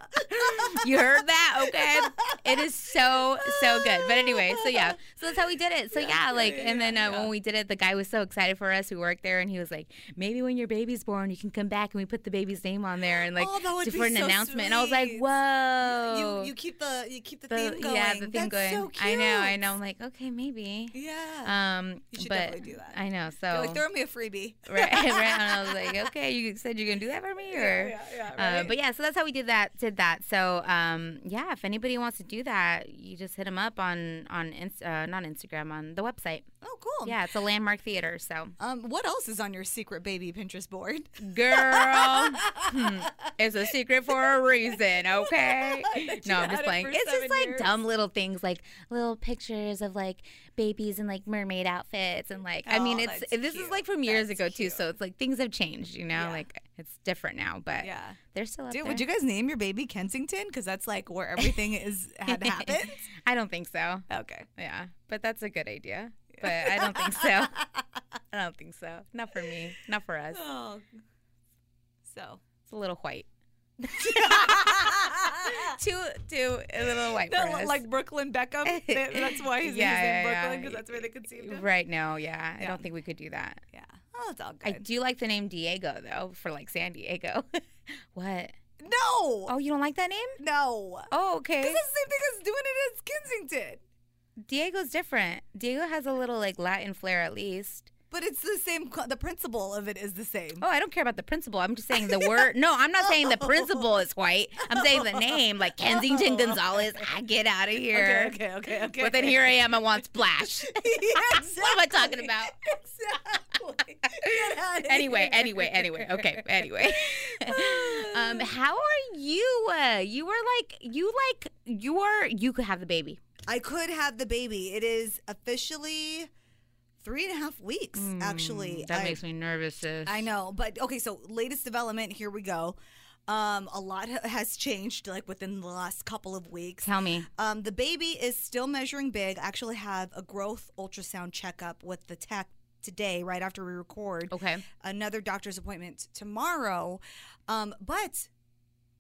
Speaker 2: you heard that? Okay. It is so so good. But anyway, so yeah. So that's how we did it. So yeah, like and then uh, when we did it, the guy was so excited for us. We worked there and he was like, "Maybe when your baby's born, you can come back and we put the baby's name on there and like
Speaker 1: Oh, that would be
Speaker 2: for an
Speaker 1: so
Speaker 2: announcement." And I was like,
Speaker 1: sweet.
Speaker 2: "Whoa."
Speaker 1: You you keep the you keep the,
Speaker 2: Oh. The-
Speaker 1: theme going.
Speaker 2: Yeah, the theme
Speaker 1: That's
Speaker 2: going.
Speaker 1: So cute.
Speaker 2: I know, I know. I'm like, okay, maybe.
Speaker 1: Yeah.
Speaker 2: Um,
Speaker 1: You should
Speaker 2: but
Speaker 1: definitely do that.
Speaker 2: I know. So
Speaker 1: You're like throw me a freebie.
Speaker 2: right, right. And I was like, okay, you said you're gonna do that for me, or
Speaker 1: Yeah, yeah,
Speaker 2: uh,
Speaker 1: right?
Speaker 2: but yeah, so that's how we did that. Did that. So um, yeah, if anybody wants to do that, you just hit them up on on Inst- uh, not Instagram on the website.
Speaker 1: oh, cool.
Speaker 2: Yeah, it's a landmark theater. So
Speaker 1: Um, what else is on your secret baby Pinterest board?
Speaker 2: girl, hmm, it's a secret for a reason. Okay,
Speaker 1: That you
Speaker 2: no,
Speaker 1: had
Speaker 2: I'm just
Speaker 1: it
Speaker 2: playing.
Speaker 1: for
Speaker 2: It's just
Speaker 1: seven
Speaker 2: like
Speaker 1: years.
Speaker 2: dumb little things, like little pictures of like babies in like mermaid outfits, and like I mean,
Speaker 1: Oh,
Speaker 2: it's
Speaker 1: that's
Speaker 2: this is
Speaker 1: cute.
Speaker 2: like from years
Speaker 1: That's
Speaker 2: ago too.
Speaker 1: cute.
Speaker 2: So it's like things have changed, you know,
Speaker 1: Yeah.
Speaker 2: like it's different now, but
Speaker 1: Yeah.
Speaker 2: they're still up
Speaker 1: Dude,
Speaker 2: there.
Speaker 1: would you guys name your baby Kensington? Because that's like where everything is had happened.
Speaker 2: I don't think so.
Speaker 1: Okay.
Speaker 2: Yeah, but that's a good idea. but I don't think so. I don't think so. Not for me. Not for us.
Speaker 1: Oh. So.
Speaker 2: It's a little white. too, too, a little white
Speaker 1: They're
Speaker 2: for us.
Speaker 1: like Brooklyn Beckham. That- That's why he's, he's
Speaker 2: Yeah,
Speaker 1: in
Speaker 2: yeah,
Speaker 1: Brooklyn
Speaker 2: yeah.
Speaker 1: because that's where they could see him.
Speaker 2: right now, yeah. I
Speaker 1: Yeah.
Speaker 2: don't think we could do that.
Speaker 1: Yeah. Oh, it's all good.
Speaker 2: I do like the name Diego though for like San Diego. what?
Speaker 1: no.
Speaker 2: Oh, you don't like that name?
Speaker 1: No.
Speaker 2: Oh,
Speaker 1: This
Speaker 2: okay.
Speaker 1: is the same thing as doing it as Kensington.
Speaker 2: Diego's different. Diego has a little like Latin flair at least.
Speaker 1: But it's the same. co- The principle of it is the same.
Speaker 2: Oh, I don't care about the principal. I'm just saying the word. No, I'm not saying the principal is white. I'm saying the name, like Kensington Gonzalez. Ah, get out of here.
Speaker 1: Okay, okay, okay, okay.
Speaker 2: But then here I am. I want splash. What am I talking about?
Speaker 1: Exactly. Get out of
Speaker 2: Anyway,
Speaker 1: here.
Speaker 2: anyway, anyway. Okay, anyway. um, how are you? Uh, you are like you like you are you could have the baby.
Speaker 1: I could have the baby. It is officially three and a half weeks,
Speaker 2: Mm,
Speaker 1: actually.
Speaker 2: Hmm, that
Speaker 1: I-
Speaker 2: makes me nervous. Sis.
Speaker 1: I know, but okay. So latest development. Here we go. Um, a lot ha- has changed, like within the last couple of weeks.
Speaker 2: Tell me.
Speaker 1: Um, the baby is still measuring big. I actually have a growth ultrasound checkup with the tech today, right after we record.
Speaker 2: Okay.
Speaker 1: Another doctor's appointment tomorrow. Um, but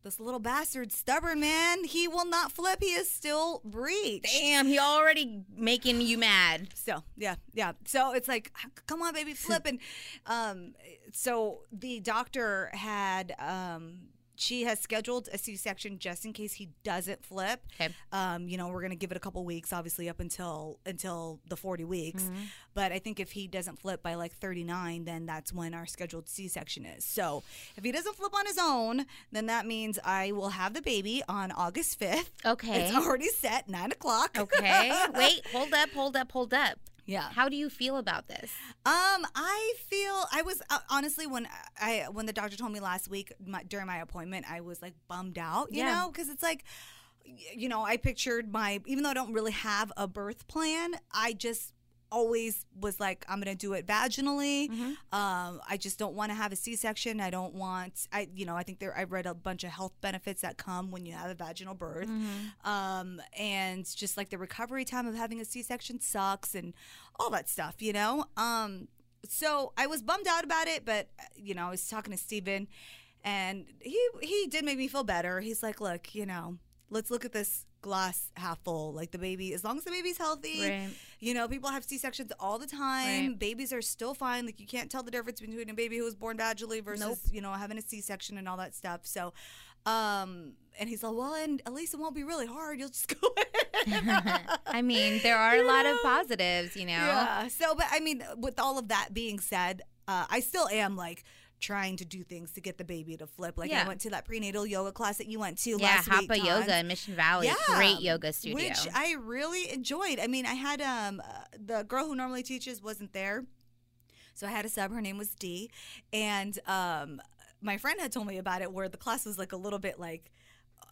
Speaker 1: this little bastard, stubborn man, he will not flip. He is still breech.
Speaker 2: Damn, he already making you mad.
Speaker 1: So yeah, yeah. So it's like, "C- come on, baby, flip. And um, so the doctor had um, she has scheduled a C-section just in case he doesn't flip.
Speaker 2: Okay.
Speaker 1: Um, you know, we're gonna give it a couple weeks, obviously, up until until the forty weeks.
Speaker 2: Mm-hmm.
Speaker 1: But I think if he doesn't flip by like thirty nine, then that's when our scheduled C-section is. So if he doesn't flip on his own, then that means I will have the baby on August fifth.
Speaker 2: Okay.
Speaker 1: It's already set, nine o'clock.
Speaker 2: Okay. Wait, hold up, hold up, hold up.
Speaker 1: Yeah.
Speaker 2: How do you feel about this?
Speaker 1: Um, I feel I was uh, honestly when I when the doctor told me last week my, during my appointment, I was like bummed out, you know,
Speaker 2: Yeah.
Speaker 1: 'cause know, because it's like, y- you know, I pictured my even though I don't really have a birth plan, I just always was like I'm gonna do it vaginally.
Speaker 2: Mm. Mm-hmm.
Speaker 1: Um, I just don't want to have a C-section. I don't want I you know I think there I read a bunch of health benefits that come when you have a vaginal birth
Speaker 2: Mm-hmm.
Speaker 1: um, and just like the recovery time of having a C-section sucks and all that stuff, you know. Um, so I was bummed out about it, but uh, you know, I was talking to Steven and he he did make me feel better. He's like, "Look, you know, let's look at this glass half full. Like the baby, as long as the baby's healthy, you know, people have C-sections all the time.
Speaker 2: Right.
Speaker 1: Babies are still fine. Like you can't tell the difference between a baby who was born vaginally versus,
Speaker 2: Nope.
Speaker 1: you know, having a C-section and all that stuff. So, um, and he's like, well, and at least it won't be really hard. You'll just go ahead.
Speaker 2: I mean, there are a lot of
Speaker 1: Yeah.
Speaker 2: positives, you know.
Speaker 1: Yeah. So, but I mean, with all of that being said, uh, I still am like trying to do things to get the baby to flip. Like
Speaker 2: Yeah.
Speaker 1: I went to that prenatal yoga class that you went to
Speaker 2: Yeah,
Speaker 1: last week.
Speaker 2: Hapa
Speaker 1: Tom.
Speaker 2: Yoga in Mission Valley. Great yoga studio.
Speaker 1: Which I really enjoyed. I mean, I had um uh, the girl who normally teaches wasn't there. So I had a sub, her name was Dee, and um my friend had told me about it where the class was like a little bit like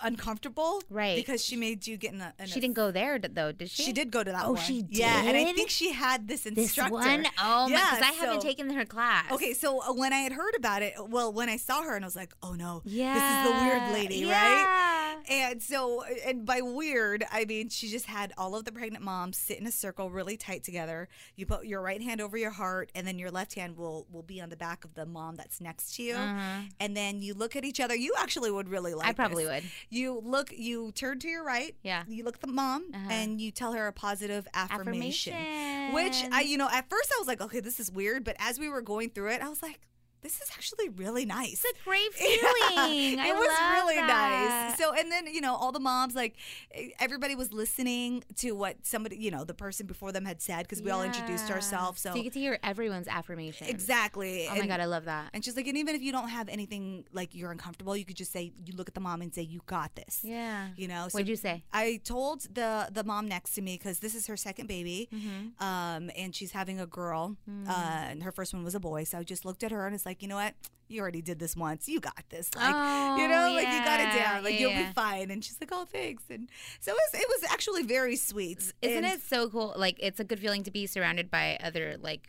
Speaker 1: uncomfortable
Speaker 2: Right.
Speaker 1: because she made you get in a, in
Speaker 2: she
Speaker 1: a
Speaker 2: didn't go there d- though, did she?
Speaker 1: she did go to that
Speaker 2: Oh,
Speaker 1: one.
Speaker 2: she
Speaker 1: Yeah, and I
Speaker 2: did?
Speaker 1: think she had this
Speaker 2: This
Speaker 1: instructor.
Speaker 2: one? Oh my! Because
Speaker 1: Yeah,
Speaker 2: I haven't
Speaker 1: so-
Speaker 2: taken her class.
Speaker 1: Okay, so uh, when I had heard about it, well, when I saw her and I was like, oh no,
Speaker 2: Yeah.
Speaker 1: this is the weird lady, right?
Speaker 2: yeah.
Speaker 1: And so, and by weird, I mean she just had all of the pregnant moms sit in a circle, really tight together. You put your right hand over your heart, and then your left hand will will be on the back of the mom that's next to you,
Speaker 2: Uh-huh.
Speaker 1: and then you look at each other. You actually would really like.
Speaker 2: I probably
Speaker 1: this.
Speaker 2: would.
Speaker 1: You look, you turn to your right.
Speaker 2: Yeah.
Speaker 1: You look at the mom,
Speaker 2: Uh-huh.
Speaker 1: and you tell her a positive
Speaker 2: Affirmation.
Speaker 1: which I, you know, at first I was like, okay, this is weird, but as we were going through it, I was like, this is actually really nice.
Speaker 2: It's a great
Speaker 1: Yeah.
Speaker 2: feeling. I
Speaker 1: it was
Speaker 2: love
Speaker 1: really
Speaker 2: that.
Speaker 1: nice. So, and then you know, all the moms, like eh, everybody was listening to what somebody, you know, the person before them had said because we all introduced
Speaker 2: Yeah.
Speaker 1: ourselves. So,
Speaker 2: you get to hear everyone's affirmation.
Speaker 1: exactly.
Speaker 2: Oh my
Speaker 1: and,
Speaker 2: god, I love that.
Speaker 1: and she's like, and even if you don't have anything like you're uncomfortable, you could just say, you look at the mom and say, you got this.
Speaker 2: yeah.
Speaker 1: You know. So
Speaker 2: What'd you say?
Speaker 1: I told the the mom next to me because this is her second baby,
Speaker 2: Mm-hmm.
Speaker 1: um, and she's having a girl,
Speaker 2: Mm.
Speaker 1: uh, and her first one was a boy. So I just looked at her and it's like, you know what? You already did this once. You got this. Like, you know,
Speaker 2: Oh,
Speaker 1: like you got it
Speaker 2: yeah,
Speaker 1: down. Like
Speaker 2: yeah,
Speaker 1: you'll
Speaker 2: yeah.
Speaker 1: be fine. And she's like, oh, thanks. And so it was, it was actually very sweet.
Speaker 2: Isn't
Speaker 1: And-
Speaker 2: it so cool? Like it's a good feeling to be surrounded by other like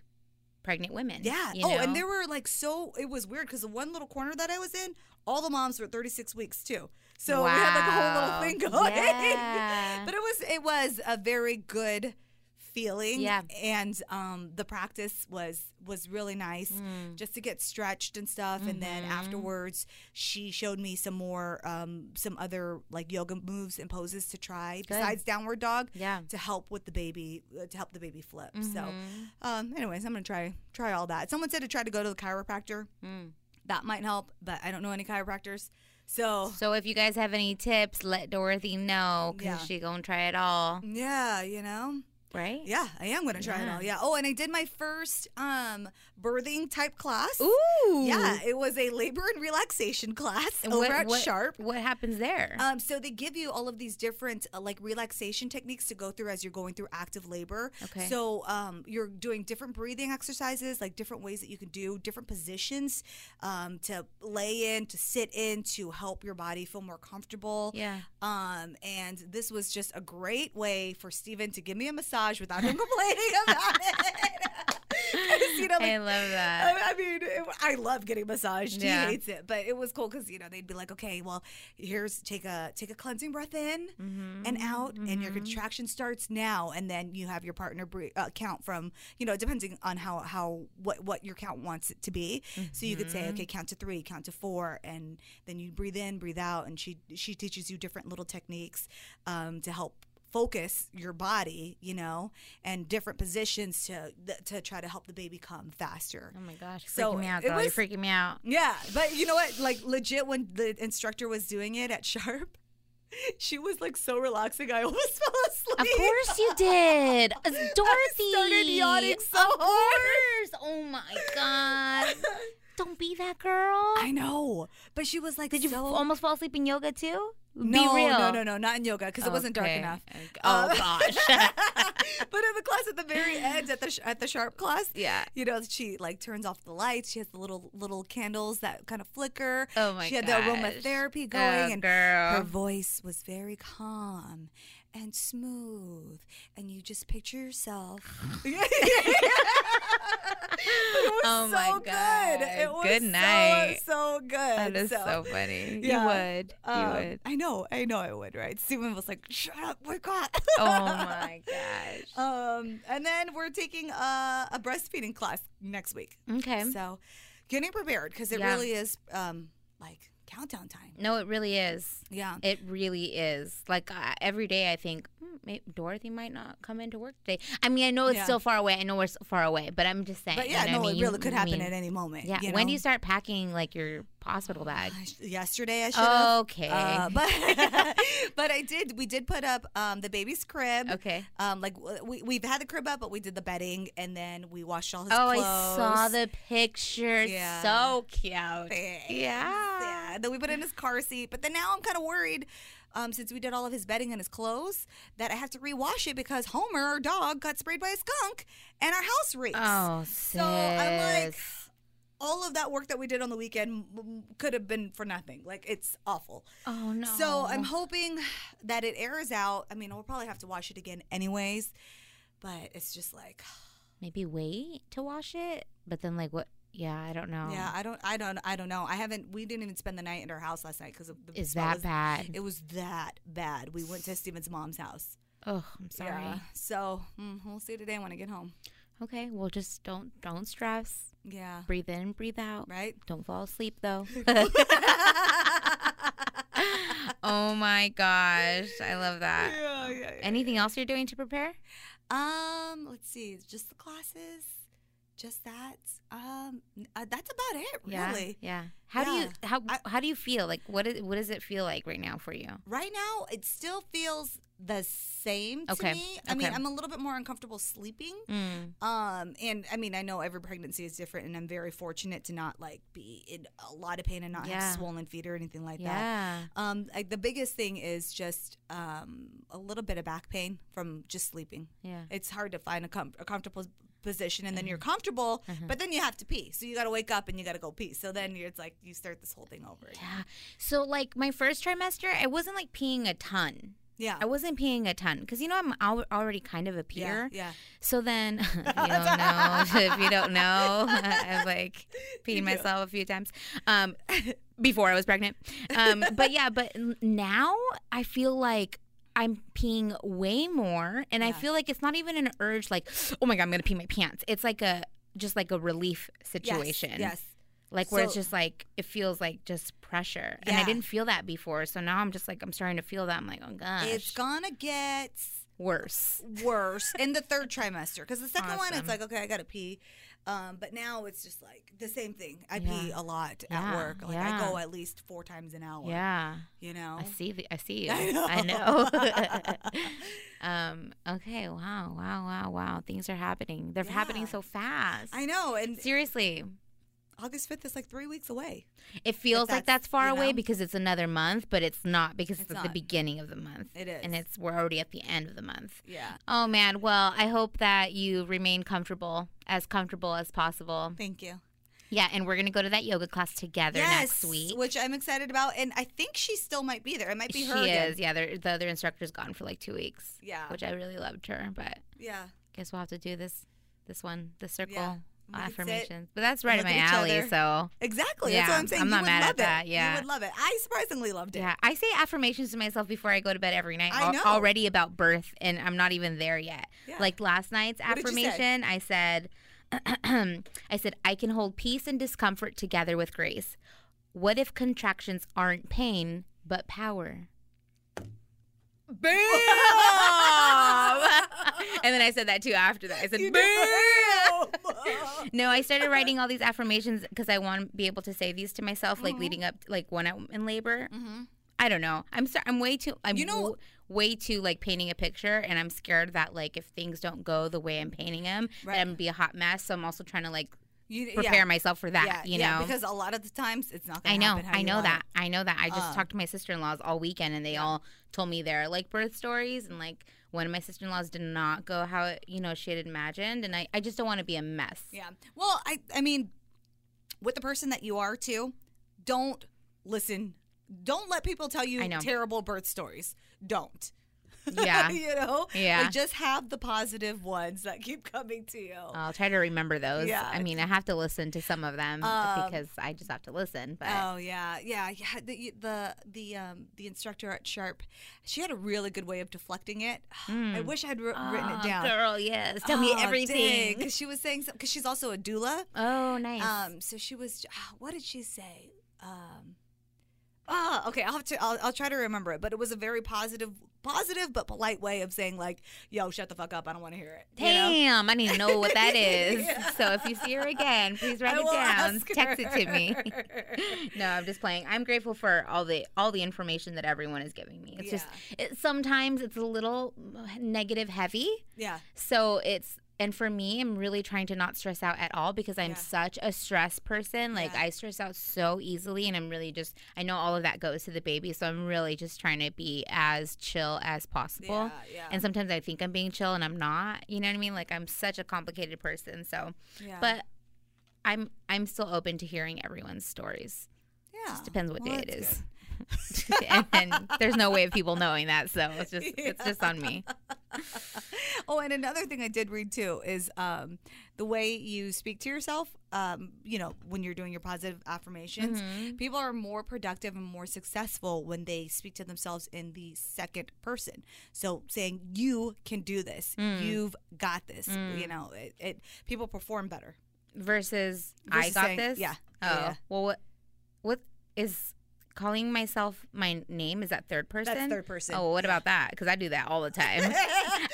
Speaker 2: pregnant women.
Speaker 1: Yeah.
Speaker 2: you
Speaker 1: oh, and
Speaker 2: know?
Speaker 1: there were like so it was weird because the one little corner that I was in, all the moms were 36 weeks too. So we had like a whole
Speaker 2: Wow.
Speaker 1: little thing going.
Speaker 2: Yeah.
Speaker 1: but it was it was a very good feeling.
Speaker 2: Yeah.
Speaker 1: And um, the practice was was really nice
Speaker 2: Mm.
Speaker 1: just to get stretched and stuff. And then
Speaker 2: Mhm.
Speaker 1: afterwards, she showed me some more um, some other like yoga moves and poses to try besides downward dog
Speaker 2: Yeah.
Speaker 1: to help with the baby uh, to help the baby flip. So,
Speaker 2: Mm-hmm.
Speaker 1: um, anyways, I'm gonna try try all that. Someone said to try to go to the chiropractor.
Speaker 2: Mm.
Speaker 1: That might help, but I don't know any chiropractors. So
Speaker 2: So if you guys have any tips, let Dorothy know because
Speaker 1: Yeah.
Speaker 2: she gonna try it all,
Speaker 1: yeah, you know.
Speaker 2: right?
Speaker 1: Yeah, I am gonna try it
Speaker 2: Yeah.
Speaker 1: all. Yeah. Oh, and I did my first um birthing type class.
Speaker 2: Ooh.
Speaker 1: Yeah, it was a labor and relaxation class
Speaker 2: And
Speaker 1: over
Speaker 2: what-
Speaker 1: at
Speaker 2: what-
Speaker 1: Sharp.
Speaker 2: What happens there?
Speaker 1: Um, so they give you all of these different uh, like relaxation techniques to go through as you're going through active labor.
Speaker 2: Okay.
Speaker 1: So um, you're doing different breathing exercises, like different ways that you can do different positions um, to lay in, to sit in, to help your body feel more comfortable.
Speaker 2: yeah.
Speaker 1: Um, and this was just a great way for Steven to give me a massage without him complaining about it. 'Cause, you know,
Speaker 2: I
Speaker 1: like,
Speaker 2: love that.
Speaker 1: I, I mean, it, I love getting massaged.
Speaker 2: Yeah.
Speaker 1: He hates it, but it was cool because you know they'd be like, "Okay, well, here's take a take a cleansing breath in
Speaker 2: Mhm.
Speaker 1: oh, and out, and your
Speaker 2: Mhm.
Speaker 1: contraction starts now, and then you have your partner bre- uh, count from you know depending on how how what what your count wants it to be. So you could say,
Speaker 2: Mhm.
Speaker 1: okay, count to three, count to four, and then you breathe in, breathe out, and she she teaches you different little techniques um, to help focus your body, you know, and different positions to to try to help the baby come faster.
Speaker 2: Oh my gosh, you're
Speaker 1: So
Speaker 2: freaking me out,
Speaker 1: it
Speaker 2: girl. You're
Speaker 1: was-
Speaker 2: freaking me out.
Speaker 1: Yeah, but you know what? Like legit, when the instructor was doing it at Sharp, she was like so relaxing. I almost fell asleep.
Speaker 2: Of course you did, It's Dorothy.
Speaker 1: started yawning so
Speaker 2: Of
Speaker 1: hard.
Speaker 2: course. Oh my god. Don't be that girl.
Speaker 1: I know, but she was like,
Speaker 2: Did you
Speaker 1: so-
Speaker 2: almost fall asleep in yoga too?
Speaker 1: No,
Speaker 2: be real.
Speaker 1: no, no, no, not in yoga because it wasn't dark
Speaker 2: Okay.
Speaker 1: enough.
Speaker 2: Okay.
Speaker 1: Um,
Speaker 2: Oh gosh.
Speaker 1: but in the class at the very end, at the sh- at the Sharp class,
Speaker 2: yeah.
Speaker 1: you know, she like turns off the lights. She has the little little candles that kind of flicker.
Speaker 2: Oh my
Speaker 1: She had
Speaker 2: gosh.
Speaker 1: the aromatherapy going,
Speaker 2: Oh,
Speaker 1: and
Speaker 2: girl.
Speaker 1: her voice was very calm and smooth. And you just picture yourself. It was
Speaker 2: Oh my
Speaker 1: so
Speaker 2: God.
Speaker 1: good. It was
Speaker 2: Good
Speaker 1: so,
Speaker 2: night.
Speaker 1: So, good.
Speaker 2: That is so, funny.
Speaker 1: yeah.
Speaker 2: You would. You
Speaker 1: um,
Speaker 2: would.
Speaker 1: I know. I know. I would. Right. Steven was like, "Shut up, we're caught."
Speaker 2: Oh my gosh.
Speaker 1: Um, and then we're taking a, a breastfeeding class next week.
Speaker 2: Okay.
Speaker 1: So getting prepared because it
Speaker 2: Yeah. Mm.
Speaker 1: really is um, like countdown time.
Speaker 2: No, it really is.
Speaker 1: Yeah.
Speaker 2: It really is. Like I every day, I think "Hmm, may Dorothy might not come into work today. I mean, I know it's
Speaker 1: Yeah.
Speaker 2: still far away. I know we're s- far away, but I'm just saying.
Speaker 1: But yeah,
Speaker 2: you know
Speaker 1: no,
Speaker 2: what I
Speaker 1: it
Speaker 2: mean?
Speaker 1: really
Speaker 2: You-
Speaker 1: could
Speaker 2: I
Speaker 1: happen
Speaker 2: mean,
Speaker 1: at any moment.
Speaker 2: Yeah.
Speaker 1: you
Speaker 2: When do
Speaker 1: know?
Speaker 2: you start packing like your hospital bag?
Speaker 1: I sh- Yesterday I should have.
Speaker 2: Okay.
Speaker 1: Uh, but but I did. We did put up um, the baby's crib.
Speaker 2: okay.
Speaker 1: Um, like w- we we've had the crib up, but we did the bedding and then we washed all his
Speaker 2: Oh,
Speaker 1: clothes.
Speaker 2: I saw the picture.
Speaker 1: Yeah.
Speaker 2: So cute.
Speaker 1: Thanks.
Speaker 2: Yeah.
Speaker 1: Yeah. Then we put in his car seat. But then now I'm kind of worried um, since we did all of his bedding and his clothes that I have to rewash it because Homer, our dog, got sprayed by a skunk and our house reeks.
Speaker 2: Oh,
Speaker 1: so I'm like,
Speaker 2: sis.
Speaker 1: all of that work that we did on the weekend m- m- could have been for nothing. Like, it's awful.
Speaker 2: Oh no.
Speaker 1: So I'm hoping that it airs out. I mean, we'll probably have to wash it again anyways. But it's just like,
Speaker 2: maybe wait to wash it, but then like what? Yeah, I don't know.
Speaker 1: yeah, I don't, I don't, I don't know. I haven't. We didn't even spend the night at our house last night because of the
Speaker 2: is
Speaker 1: smell
Speaker 2: that
Speaker 1: was-
Speaker 2: bad?
Speaker 1: It was that bad. We went to Steven's mom's house.
Speaker 2: oh, I'm sorry.
Speaker 1: Yeah. So mm, we'll see today when I get home.
Speaker 2: Okay, well just don't don't stress.
Speaker 1: Yeah.
Speaker 2: Breathe in, breathe out.
Speaker 1: Right?
Speaker 2: Don't fall asleep though. oh my gosh, I love that.
Speaker 1: Yeah, yeah, yeah,
Speaker 2: Anything else you're doing to prepare?
Speaker 1: Um, let's see. Just the classes. Just that. Um, n- uh, that's about it, really.
Speaker 2: Yeah. Yeah. How do you
Speaker 1: Yeah.
Speaker 2: how
Speaker 1: I-
Speaker 2: how do you feel? Like what is what does it feel like right now for you?
Speaker 1: Right now, it still feels the same to
Speaker 2: Okay,
Speaker 1: me. I mean,
Speaker 2: okay.
Speaker 1: I'm a little bit more uncomfortable sleeping.
Speaker 2: Mm.
Speaker 1: Um, and I mean, I know every pregnancy is different, and I'm very fortunate to not like be in a lot of pain and not
Speaker 2: Yeah.
Speaker 1: have swollen feet or anything like that.
Speaker 2: yeah.
Speaker 1: Um, like the biggest thing is just um, a little bit of back pain from just sleeping.
Speaker 2: Yeah.
Speaker 1: It's hard to find a, com- a comfortable position, and then
Speaker 2: Mm-hmm.
Speaker 1: you're comfortable, but then you have to pee. So you got to wake up and you got to go pee. So then you're, it's like you start this whole thing over. Again.
Speaker 2: Yeah. So like my first trimester, I wasn't like peeing a ton.
Speaker 1: Yeah.
Speaker 2: I wasn't peeing a ton because you know I'm al- already kind of a peer.
Speaker 1: yeah, yeah.
Speaker 2: So then, if you don't know, if you don't know, I was like
Speaker 1: You
Speaker 2: peeing
Speaker 1: do.
Speaker 2: myself a few times um, before I was pregnant. Um, but yeah, but n- now I feel like I'm peeing way more, and I
Speaker 1: Yeah.
Speaker 2: feel like it's not even an urge. Like, oh my god, I'm gonna pee my pants. It's like a just like a relief situation.
Speaker 1: Yes. yes.
Speaker 2: Like where it's
Speaker 1: So-
Speaker 2: just like it feels like just pressure, and I
Speaker 1: Yeah.
Speaker 2: didn't feel that before. So now I'm just like I'm starting to feel that. I'm like, oh gosh,
Speaker 1: It's gonna get
Speaker 2: worse.
Speaker 1: worse in the third trimester because the second one
Speaker 2: Awesome.
Speaker 1: it's like okay i gotta pee um, but now it's just like the same thing i pee
Speaker 2: Yeah.
Speaker 1: a lot at
Speaker 2: Yeah,
Speaker 1: work like
Speaker 2: yeah.
Speaker 1: i go at least four times an hour
Speaker 2: Yeah,
Speaker 1: you know
Speaker 2: I see. The, I see you.
Speaker 1: I know.
Speaker 2: I know. um. Okay. Wow. Wow. Wow. Wow. Things are happening. They're happening
Speaker 1: Yeah.
Speaker 2: so fast.
Speaker 1: I know and
Speaker 2: Seriously.
Speaker 1: august 5th is like three weeks away
Speaker 2: It feels like
Speaker 1: that's-
Speaker 2: that's far
Speaker 1: you
Speaker 2: away
Speaker 1: know?
Speaker 2: because it's another month, but it's not because it's,
Speaker 1: It's
Speaker 2: at the
Speaker 1: not.
Speaker 2: beginning of the month.
Speaker 1: It
Speaker 2: And
Speaker 1: is.
Speaker 2: it's we're already at the end of the month.
Speaker 1: yeah
Speaker 2: Oh man, well, I hope that you remain comfortable, as comfortable as possible.
Speaker 1: thank you
Speaker 2: Yeah, and we're going to go to that yoga class together next week.
Speaker 1: which i'm excited about and i think she still might be there it might be
Speaker 2: she
Speaker 1: her again.
Speaker 2: is. Yeah, the, the other instructor's gone for like 2 weeks,
Speaker 1: yeah
Speaker 2: which I really loved her, but
Speaker 1: yeah
Speaker 2: guess we'll have to do this this one, the circle
Speaker 1: We can sit
Speaker 2: affirmations. But that's right in
Speaker 1: look
Speaker 2: my
Speaker 1: at each
Speaker 2: alley,
Speaker 1: other.
Speaker 2: so
Speaker 1: exactly that's
Speaker 2: Yeah,
Speaker 1: what i'm saying
Speaker 2: I'm
Speaker 1: you
Speaker 2: not
Speaker 1: would
Speaker 2: mad at
Speaker 1: love it
Speaker 2: that, yeah.
Speaker 1: you would love it i surprisingly loved it
Speaker 2: Yeah, I say affirmations to myself before I go to bed every night.
Speaker 1: I
Speaker 2: al-
Speaker 1: know.
Speaker 2: already about birth, and I'm not even there yet.
Speaker 1: Yeah.
Speaker 2: Like last night's
Speaker 1: What did you say?
Speaker 2: affirmation, I said, I said I can hold peace and discomfort together with grace. What if contractions aren't pain but power? Boom! and then I said that too after that. I said,
Speaker 1: You
Speaker 2: boom!
Speaker 1: did that.
Speaker 2: No, I started writing all these affirmations because I want to be able to say these to myself,
Speaker 1: Mm-hmm.
Speaker 2: like leading up, like when I'm in labor.
Speaker 1: Mhm.
Speaker 2: I don't know. I'm sorry. I'm way too. I'm
Speaker 1: You know-
Speaker 2: w- way too like painting a picture, and I'm scared that like if things don't go the way I'm painting them,
Speaker 1: Right.
Speaker 2: that I'm gonna be a hot mess. So I'm also trying to like
Speaker 1: You- yeah.
Speaker 2: prepare myself for that. you know.
Speaker 1: because a lot of the times it's not going
Speaker 2: I
Speaker 1: to
Speaker 2: know,
Speaker 1: happen. how
Speaker 2: I
Speaker 1: you
Speaker 2: know
Speaker 1: want
Speaker 2: that, I know that. I just
Speaker 1: Um,
Speaker 2: talked to my sister in laws all weekend, and they all told me their like birth stories, and like one of my sister in laws did not go how it, you know she had imagined, and I, I just don't want to be a mess.
Speaker 1: it. Yeah. Well, I I mean, with the person that you are too, don't listen. Don't let people tell you
Speaker 2: I know.
Speaker 1: terrible birth stories. Don't.
Speaker 2: Yeah.
Speaker 1: you know.
Speaker 2: Yeah.
Speaker 1: Like, just have the positive ones that keep coming to you.
Speaker 2: I'll try to remember those.
Speaker 1: Yeah.
Speaker 2: I mean, I have to listen to some of them
Speaker 1: Um,
Speaker 2: because I just have to listen. But
Speaker 1: Oh yeah, yeah, yeah. The the the um the instructor at Sharp, she had a really good way of deflecting it. I
Speaker 2: Mm.
Speaker 1: wish I had wr- written it
Speaker 2: Oh,
Speaker 1: down. Oh,
Speaker 2: girl. Yes, tell me everything.
Speaker 1: Because she was saying because she's also a doula.
Speaker 2: Oh, nice.
Speaker 1: Um, so she was. ah, What did she say? Um, ah, okay. I'll have to. I'll, I'll try to remember it. But it was a very positive, positive but polite way of saying like, "Yo, shut the fuck up. I don't want to hear it." you know?
Speaker 2: Damn, I need to know what that is.
Speaker 1: Yeah.
Speaker 2: So if you see her again, please write
Speaker 1: I
Speaker 2: it
Speaker 1: will
Speaker 2: down.
Speaker 1: ask
Speaker 2: Text it to me.
Speaker 1: her.
Speaker 2: no, I'm just playing. I'm grateful for all the all the information that everyone is giving me. It's just it, sometimes it's a little negative heavy.
Speaker 1: yeah.
Speaker 2: So it's and for me, I'm really trying to not stress out at all because I'm
Speaker 1: Yeah.
Speaker 2: such a stress person. Like
Speaker 1: Yeah.
Speaker 2: I stress out so easily, and I'm really just I know all of that goes to the baby, so I'm really just trying to be as chill as possible.
Speaker 1: Yeah. Yeah.
Speaker 2: And sometimes I think I'm being chill and I'm not. You know what I mean? Like I'm such a complicated person. So,
Speaker 1: yeah.
Speaker 2: but I'm I'm still open to hearing everyone's stories.
Speaker 1: yeah.
Speaker 2: Just depends what
Speaker 1: Well,
Speaker 2: day it
Speaker 1: that's
Speaker 2: is. and, and there's no way of people knowing that, so it's just it's just on me.
Speaker 1: oh, and another thing I did read too is um, the way you speak to yourself. Um, you know, when you're doing your positive affirmations,
Speaker 2: Mm-hmm.
Speaker 1: people are more productive and more successful when they speak to themselves in the second person. So saying you can do this,
Speaker 2: Mm.
Speaker 1: you've got this. You know, it, it people perform better.
Speaker 2: Versus, I
Speaker 1: Versus
Speaker 2: got
Speaker 1: saying-
Speaker 2: this.
Speaker 1: yeah,
Speaker 2: Oh.
Speaker 1: yeah, yeah.
Speaker 2: Well, what what is calling myself my name is that third person?
Speaker 1: third person.
Speaker 2: Oh, well, what about that? Because I do that all the time.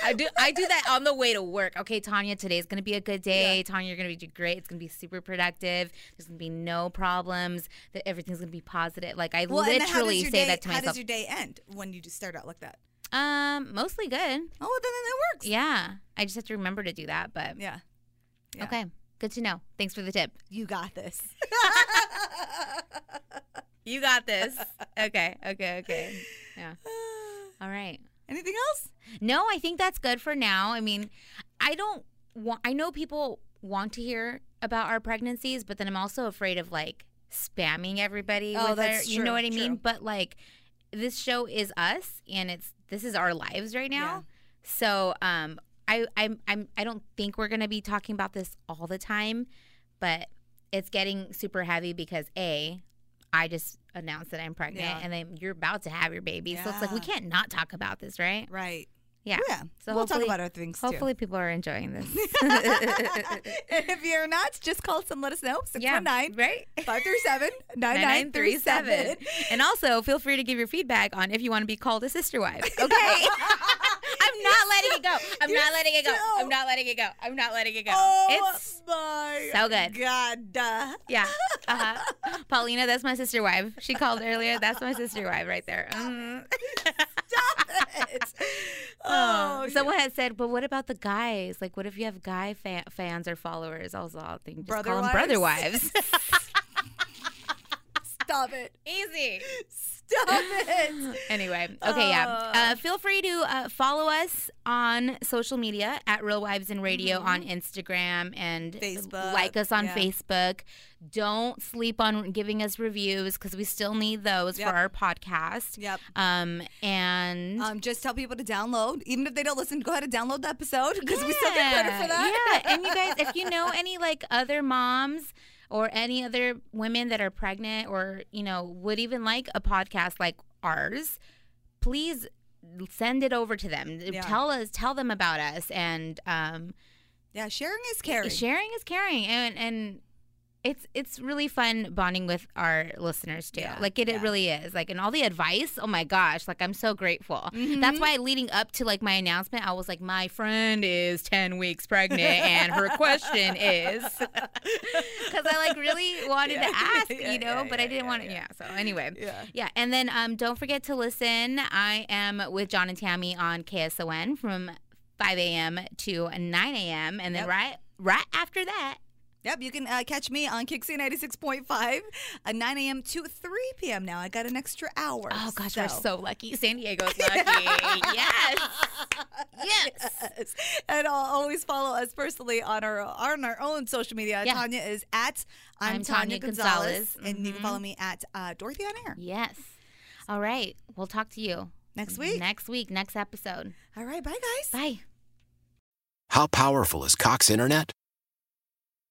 Speaker 2: I do I do that on the way to work. Okay, Tanya, today's gonna be a good day. Tanya, you're gonna be do great. It's gonna be super productive. There's gonna be no problems. That everything's gonna be positive. Like I
Speaker 1: and then how does
Speaker 2: literally
Speaker 1: your
Speaker 2: say
Speaker 1: day-
Speaker 2: that to
Speaker 1: How does
Speaker 2: myself.
Speaker 1: your day end when you just start out like that?
Speaker 2: um, mostly good.
Speaker 1: Oh, then, then it works.
Speaker 2: Yeah, I just have to remember to do that. But
Speaker 1: Yeah. yeah.
Speaker 2: okay, good to know. Thanks for the tip.
Speaker 1: You got this.
Speaker 2: You got this. okay, okay, okay. Yeah. All right.
Speaker 1: Anything else?
Speaker 2: No, I think that's good for now. I mean, I don't want, I know people want to hear about our pregnancies, but then I'm also afraid of like spamming everybody.
Speaker 1: Oh,
Speaker 2: with
Speaker 1: that's
Speaker 2: our- You know
Speaker 1: true,
Speaker 2: what I mean?
Speaker 1: true.
Speaker 2: But like, this show is us and it's, this is our lives right now. So, um, I, I'm, I'm, I don't think we're going to be talking about this all the time, but it's getting super heavy because A, I just announce that I'm pregnant
Speaker 1: Yeah.
Speaker 2: and then you're about to have your baby. So it's like we
Speaker 1: Yeah.
Speaker 2: can't not talk about this, right?
Speaker 1: Right.
Speaker 2: Yeah.
Speaker 1: Yeah.
Speaker 2: So
Speaker 1: we'll talk
Speaker 2: hopefully-
Speaker 1: about our things
Speaker 2: Hopefully people are enjoying this.
Speaker 1: too. if you're not, just call us and let us know.
Speaker 2: yeah.
Speaker 1: 619
Speaker 2: Right?
Speaker 1: 537 9937.
Speaker 2: 9937. And also feel free to give your feedback on if you want to be called a sister wife. Okay. I'm not letting it go. I'm
Speaker 1: You're
Speaker 2: not letting it go.
Speaker 1: so-
Speaker 2: I'm not letting it go. I'm not letting it go.
Speaker 1: Oh
Speaker 2: It's
Speaker 1: my
Speaker 2: so good.
Speaker 1: God. Uh,
Speaker 2: Yeah. Uh-huh. Paulina, that's my sister wife. She called earlier. That's my sister wife right there. Mhm.
Speaker 1: Stop it.
Speaker 2: Uh,
Speaker 1: Oh,
Speaker 2: someone had said, but what about the guys? Like, what if you have guy fa- fans or followers? I was all thinking, just
Speaker 1: Brother
Speaker 2: call them brother wives.
Speaker 1: stop it.
Speaker 2: Easy.
Speaker 1: Stop it.
Speaker 2: Anyway, okay, yeah.
Speaker 1: Oh.
Speaker 2: Uh, feel free to uh, follow us on social media at Real Wives and Radio on Instagram and
Speaker 1: Mm-hmm. Facebook,
Speaker 2: Like us on
Speaker 1: yeah.
Speaker 2: Facebook. Don't sleep on giving us reviews because we still need those
Speaker 1: Yep.
Speaker 2: for our podcast.
Speaker 1: Yep.
Speaker 2: Um, and
Speaker 1: Um, just tell people to download. Even if they don't listen, go ahead and download the episode because we still get credit for that.
Speaker 2: Yeah, and you guys, if you know any like other moms or any other women that are pregnant or you know would even like a podcast like ours, please send it over to them.
Speaker 1: Yeah.
Speaker 2: Tell us, tell them about us, and um,
Speaker 1: yeah, sharing is caring.
Speaker 2: sharing is caring, and and. It's it's really fun bonding with our listeners too.
Speaker 1: Yeah,
Speaker 2: like it,
Speaker 1: yeah.
Speaker 2: it really is. Like and all the advice. Oh my gosh! Like I'm so grateful.
Speaker 1: Mm-hmm.
Speaker 2: That's why leading up to like my announcement, I was like, my friend is 10 weeks pregnant and her question is because I like really wanted
Speaker 1: Yeah.
Speaker 2: to ask,
Speaker 1: Yeah,
Speaker 2: you know,
Speaker 1: yeah,
Speaker 2: but I
Speaker 1: yeah,
Speaker 2: didn't
Speaker 1: yeah,
Speaker 2: want to.
Speaker 1: yeah.
Speaker 2: Yeah. So anyway.
Speaker 1: Yeah.
Speaker 2: Yeah, and then um, don't forget to listen. I am with John and Tammy on KSON from 5 a.m. to 9 a.m. And then
Speaker 1: Yep.
Speaker 2: right right after that,
Speaker 1: Yep, you can uh, catch me on Kixie 96.5 at 9 a.m. to 3 p.m. now. I got an extra hour.
Speaker 2: oh gosh, we're so lucky. San Diego's lucky. yes, yes.
Speaker 1: Yes. And I'll always follow us personally on our on our own social media.
Speaker 2: Yeah.
Speaker 1: Tanya is at I'm,
Speaker 2: I'm
Speaker 1: Tanya,
Speaker 2: Tanya
Speaker 1: Gonzalez,
Speaker 2: Gonzalez.
Speaker 1: and you can
Speaker 2: Mhm.
Speaker 1: follow me at uh, Dorothy on Air
Speaker 2: Yes. All right. We'll talk to you
Speaker 1: next week.
Speaker 2: Next week, next episode.
Speaker 1: All right, bye guys.
Speaker 2: Bye.
Speaker 4: How powerful is Cox Internet?